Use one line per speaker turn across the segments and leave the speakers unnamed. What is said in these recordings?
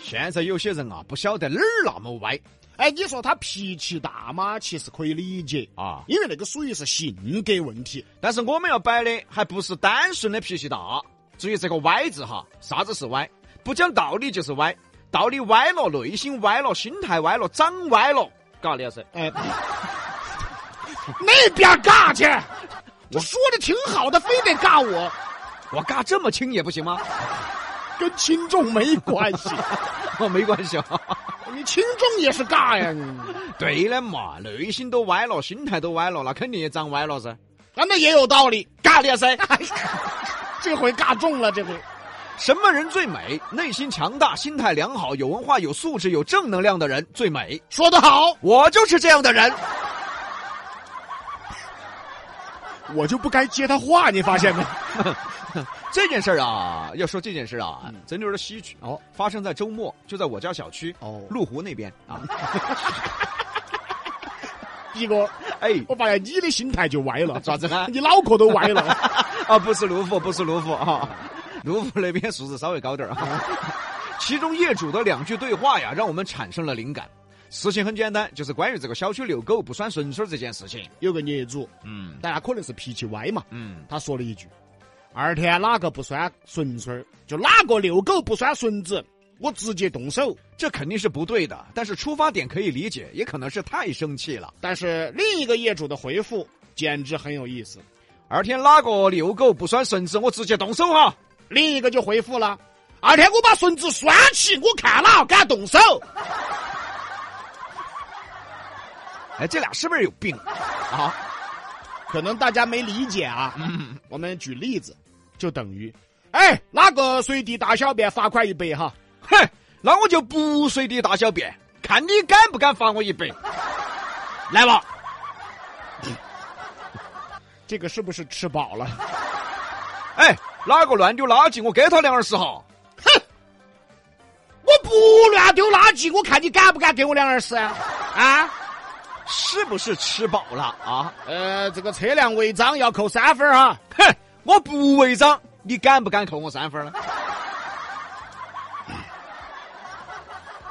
现在有些人啊，不晓得哪儿那么歪
哎，你说他脾气大嘛，其实可以理解啊，
啊！
因为那个属于是性格问题。
但是我们要摆的还不是单纯的脾气大。至于这个歪字哈，啥子是歪？不讲道理就是歪，道理歪了，内心歪了，心态歪了，长歪了，嘎，李老师。
哎， 那边尬去，我说的挺好的，非得尬我，
我嘎这么轻也不行吗？
跟轻重没关 系，
哦，没关系啊。
你轻重也是尬呀你。
对的嘛，内心都歪了，心态都歪了，那肯定也长歪了噻。
啊，那也有道理，
嘎的噻！
这回尬中了，这回。
什么人最美？内心强大、心态良好、有文化、有素质、有正能量的人最美。
说得好，
我就是这样的人。
我就不该接他话，你发现没？
这件事儿啊，要说这件事儿啊，真的有点唏嘘
嗯哦。
发生在周末，就在我家小区
哦
路湖那边啊。
一哥，
哎，
我发现你的心态就歪 了，
咋子呢？
你脑壳都歪了。
啊，不是卢浮，不是卢浮啊，卢浮那边素质稍微高点儿啊。 其中业主的两句对话呀，让我们产生了灵感。事情很简单，就是关于这个小区遛狗不拴绳绳儿这件事情。
有个业主，
嗯
但他可能是脾气歪嘛，
嗯，
他说了一句：“二天哪个不拴绳绳儿，就哪个遛狗不拴绳子，我直接动手。
这肯定是不对的，但是出发点可以理解，也可能是太生气了。”
但是另一个业主的回复简直很有意思，
二天哪个遛狗不拴绳子，我直接动手哈！
另一个就回复了：“二天我把绳子拴起，我看哪个敢动手。”
哎，这俩是不是有病啊？嗯
可能大家没理解啊。我们举例子，就等于，哎，哪个随地大小便罚款一百哈？
哼，那我就不随地大小便，看你敢不敢罚我一百。来吧，
这个是不是吃饱了？
哎，哪个乱丢垃圾，我给他两耳屎哈！
我不乱丢垃圾，我看你敢不敢给我两耳屎啊？啊？
是不是吃饱了啊？
呃，这个车辆违章要扣三分儿啊哈。
哼，我不违章，你敢不敢扣我三分呢？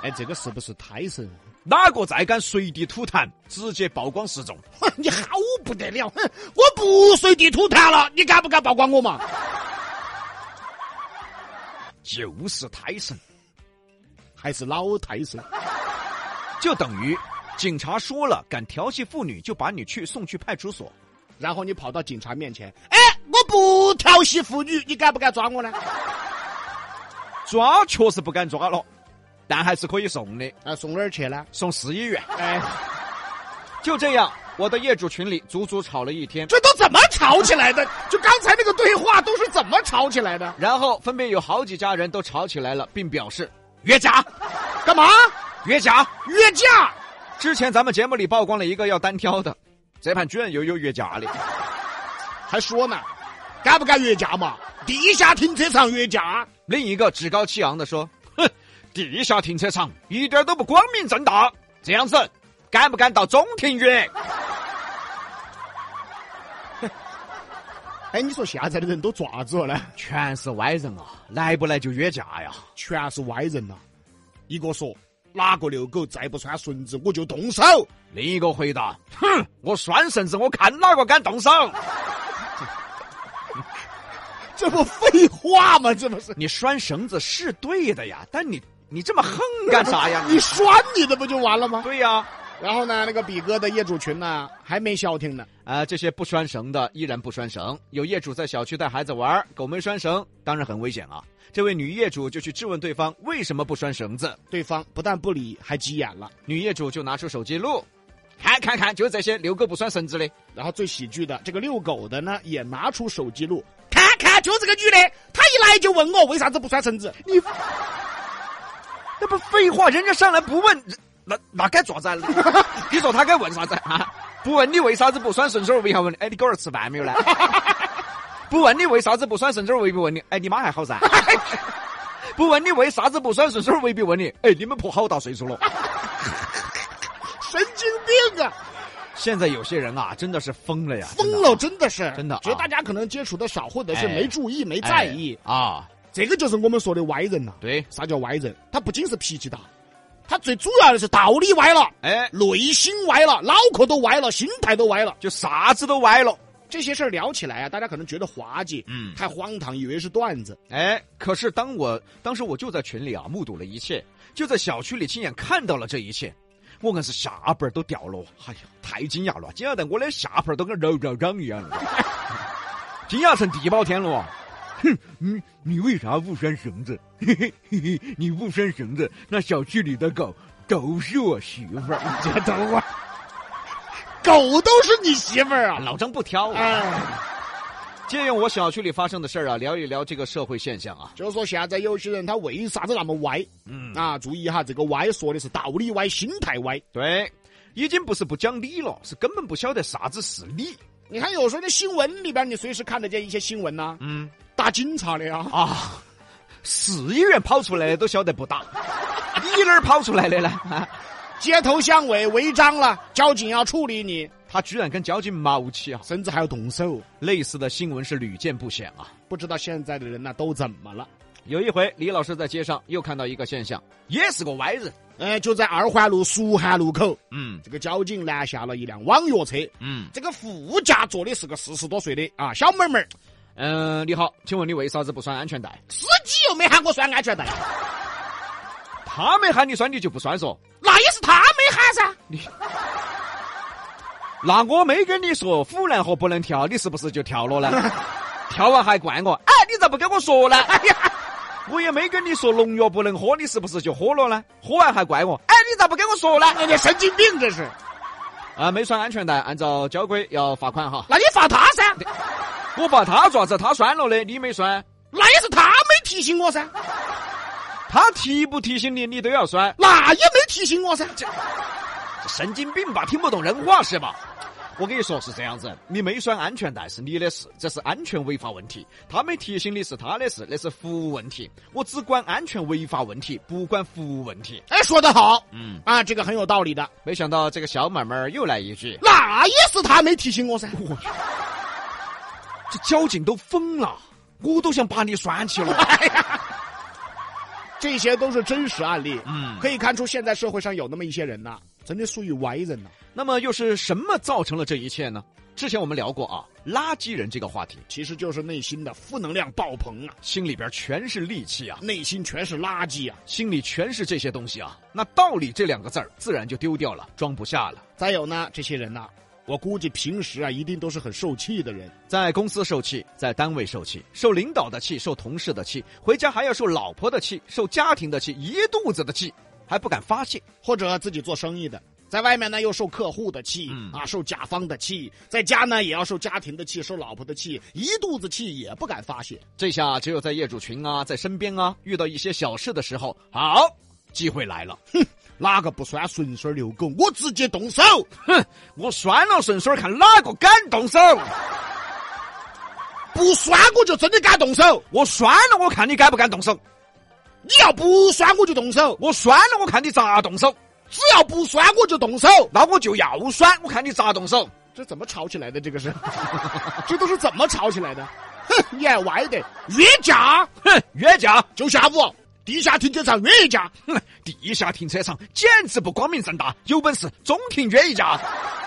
哎，这个是不是胎神？
哪个再敢随地吐痰，直接曝光示众！
哼，你好不得了！哼，我不随地吐痰了，你敢不敢曝光我嘛？
就是胎神，
还是老胎神？
就等于警察说了，敢调戏妇女就把你去送去派出所。
然后你跑到警察面前，哎，我不调戏妇女，你敢不敢抓我呢？
抓确实不敢抓了，但还是可以送的，
啊，送哪儿去呢？
送市医院。
哎。
就这样，我的业主群里足足吵了一天，
这都怎么吵起来的？就刚才那个对话都是怎么吵起来的？
然后分别有好几家人都吵起来了，并表示约架，
干嘛
约架。
约架？
之前咱们节目里曝光了一个要单挑的，这盘居然又有约架的。
还说呢，敢不敢约架嘛？地下停车场约架？
另一个趾高气昂地说：“哼，地下停车场一点都不光明正大，这样子敢不敢到中庭约？
哎，你说现在的人都爪子了呢？
全是歪人啊，来不来就约架呀？
全是歪人呐、一个说哪个遛狗再不拴绳子，我就动手。
另一个回答：哼，我拴绳子，我看哪个敢动手。
这不废话吗？这不是
你拴绳子是对的呀，但你你这么横干啥呀？
你拴你的不就完了吗？
对呀。”
然后呢，那个比哥的业主群呢，还没消停呢。
啊、这些不拴绳的依然不拴绳。有业主在小区带孩子玩儿，狗没拴绳，当然很危险啊。这位女业主就去质问对方为什么不拴绳子，
对方不但不理，还急眼了。
女业主就拿出手机录，看看看，就这些遛狗不拴绳子的。
然后最喜剧的，这个遛狗的呢也拿出手机录，看看，就这个女的，她一来就问我为啥子不拴绳子，
那不废话，人家上来不问，人那那该咋子啊？ 你说他该问啥子啊？不问你为啥子不拴绳子，为啥问你？哎，你狗儿吃饭没有呢？ 不问你为啥子不拴绳子，未必问你。哎，你妈还好噻。 不问你为啥子不拴绳子，未必问你。哎，你们婆好大岁数了。
神经病啊，
现在有些人啊，真的是疯了呀，
疯了，真的是，
真的啊
觉得大家可能接触的少，或者是
哎
没注意、没在意。
意啊。
这个就是我们说的歪人呐、
对，
啥叫歪人？他不仅是脾气大，他最主要的是道理歪了，
哎，
内心歪了，脑壳都歪了，心态都歪了。
就啥子都歪了。
这些事儿聊起来啊，大家可能觉得滑稽，
嗯
太荒唐，以为是段子。
哎，可是当我当时我就在群里啊，目睹了一切，就在小区里亲眼看到了这一切，我硬是下巴儿都掉了，哎呀，太惊讶了，惊讶得我的下巴儿都跟肉肉长一样 了，惊讶成地包天了哇！哼，你你为啥不拴绳子？ 嘿嘿嘿嘿，你不拴绳子，那小区里的狗都是我媳妇儿。
这等会儿， 狗都是你媳妇儿啊！
老张不挑啊！
哎，
借用我小区里发生的事儿啊，聊一聊这个社会现象啊。
就说现在有些人他为啥子那么歪
嗯，
啊？注意哈，这个歪说的是道理歪、心态歪。
对，已经不是不讲理了，是根本不晓得啥子是理。
你看有时候的新闻里边，你随时看得见一些新闻呐、
嗯
打警察的啊，
啊，市议员跑出来的都晓得不打，你哪儿跑出来的呢？ 啊
街头巷尾违章了，交警要处理你，
他居然敢交警毛起啊！
甚至还要动手。
类似的新闻是屡见不鲜啊。
不知道现在的人呐、都怎么了？
有一回，李老师在街上又看到一个现象，也是个歪人。
呃，就在二环路蜀汉路口，
嗯
这个交警拦下了一辆网约车，
嗯
这个副驾坐的是个四十多岁的啊小妹妹儿，
嗯、呃你好，请问你为啥子不拴安全带？
司机又没喊我拴安全带，
他没喊你拴，你就不拴嗦？
那也是他没喊噻。
那我没跟你说腐男和不能跳，你是不是就跳了呢？ 跳完还怪我，哎，你咋不跟我说呢？ 哎呀，我也没跟你说农药不能喝，你是不是就喝了呢？喝完还怪我，哎，你咋不跟我说呢？
那你神经病这是？
啊，没拴安全带，按照交规要罚款哈。
那你罚他噻，
我把他抓着，他拴了的，你没拴，
那也是他没提醒我噻，
他提不提醒你，你都要拴，
那也没提醒我噻。
神经病吧？听不懂人话是吧？我跟你说是这样子，你没拴安全带是你的事，这是安全违法问题。他没提醒你是他的事，那是服务问题。我只管安全违法问题，不管服务问题。
哎，说得好，
嗯，
啊，这个很有道理的。
没想到这个小妹妹儿又来一句，
那也是他没提醒我噻。
我去，这交警都疯了，我都想把你拴起来。
哎呀，这些都是真实案例，
嗯
可以看出现在社会上有那么一些人呐、真的属于歪人呐、
那么又是什么造成了这一切呢？之前我们聊过啊，垃圾人这个话题，
其实就是内心的负能量爆棚啊，
心里边全是戾气啊，
内心全是垃圾啊。
心里全是这些东西啊，那道理这两个字儿自然就丢掉了，装不下了。
再有呢，这些人呐、我估计平时啊一定都是很受气的人，
在公司受气，在单位受气，受领导的气，受同事的气，回家还要受老婆的气，受家庭的气，一肚子的气，还不敢发泄。
或者自己做生意的。在外面呢，又受客户的气、
嗯
啊，受甲方的气；在家呢，也要受家庭的气，受老婆的气，一肚子气也不敢发泄。
这下只有在业主群啊，在身边啊，遇到一些小事的时候，好，机会来了，
哪个不拴顺水遛狗，我直接动手。
我拴了顺水，看哪个敢动手。
不拴我就真的敢动手，
我拴了，我看你敢不敢动手。
你要不拴我就动手，
我拴了，我看你咋动手。
只要不拴我就动手。
那我就要拴，我看你咋动 手。
这怎么吵起来的？这 个是，这都是怎么吵起来的？哼，你还歪的，约架
哼，约架，
就下午地下停车场约一架，
哼，地下停车场简直不光明正大。有本事中庭约一架，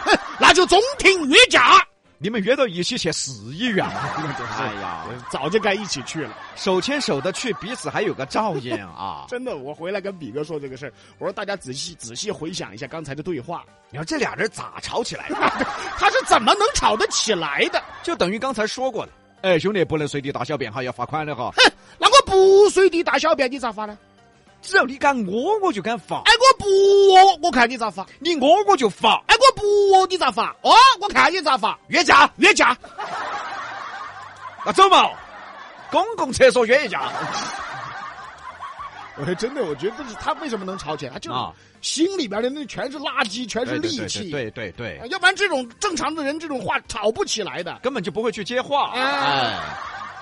哼，那就中庭约架。
你们约到一起去市医院。 哎呀，
早就该一起去了。
手牵手的去，彼此还有个照应 啊。
真的，我回来跟比哥说这个事儿，我说大家仔细仔细回想一下刚才的对话，
你说这俩人咋吵起来的？
他是怎么能吵得起来的？
就等于刚才说过的。哎，兄弟，不能随地大小便哈，要罚款的 哈。
哼，那我不随地大小便，你咋发呢？
只要你敢屙，我就敢罚；
哎，我不屙，我看你咋发。
你屙，我就罚。
哎，我不哦，你咋发？哦，我看你咋发。
约架，
约架，
那走嘛，公共厕所约一架。
我说真的，我觉得不是他为什么能吵起来，他就是
啊
心里边的那全是垃圾，全是戾气。
对对对
啊，要不然这种正常的人这种话吵不起来的。
根本就不会去接话。
哎
哎，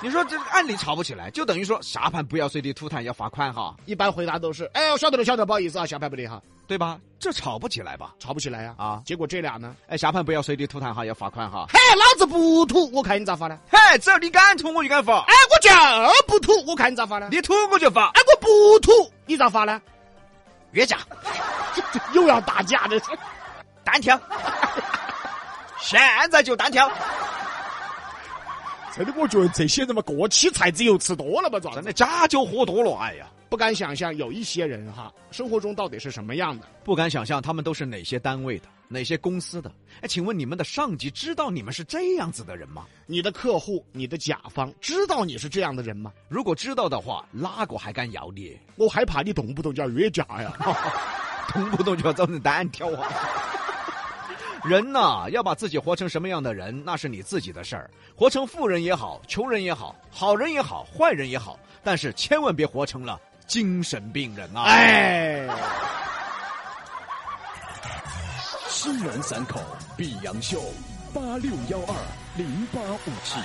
你说这个案例吵不起来，就等于说下盘不要随地吐痰要罚款哈，
一般回答都是，哎，我晓得了，晓得了，不好意思啊，下盘不得哈，
对吧？这吵不起来吧？
吵不起来呀、
啊
结果这俩呢，
哎，下盘不要随地吐痰哈，要罚款哈。
嘿，老子不吐，我看你咋发呢？
嘿，只要你敢吐，我就敢罚；
哎，我就不吐，我看你咋发呢？
你吐我就罚。
哎，我不吐，你咋发呢？
约架，
这这又要打架的，
单挑，现在就单挑。
真的，我觉得这些人嘛，过期菜籽油吃多了嘛，咋
真的假酒喝多了，哎呀，
不敢想象有一些人哈，生活中到底是什么样的？
不敢想象他们都是哪些单位的，哪些公司的。哎，请问你们的上级知道你们是这样子的人吗？
你的客户、你的甲方知道你是这样的人吗？
如果知道的话，哪个还敢要你？
我害怕你动不动就要约架呀！
动不动就要造成单挑啊！ 人呐、要把自己活成什么样的人，那是你自己的事儿。活成富人也好，穷人也好，好人也好，坏人也好，但是千万别活成了精神病人啊！，
哎，
西南三口碧阳秀八六幺二零八五七。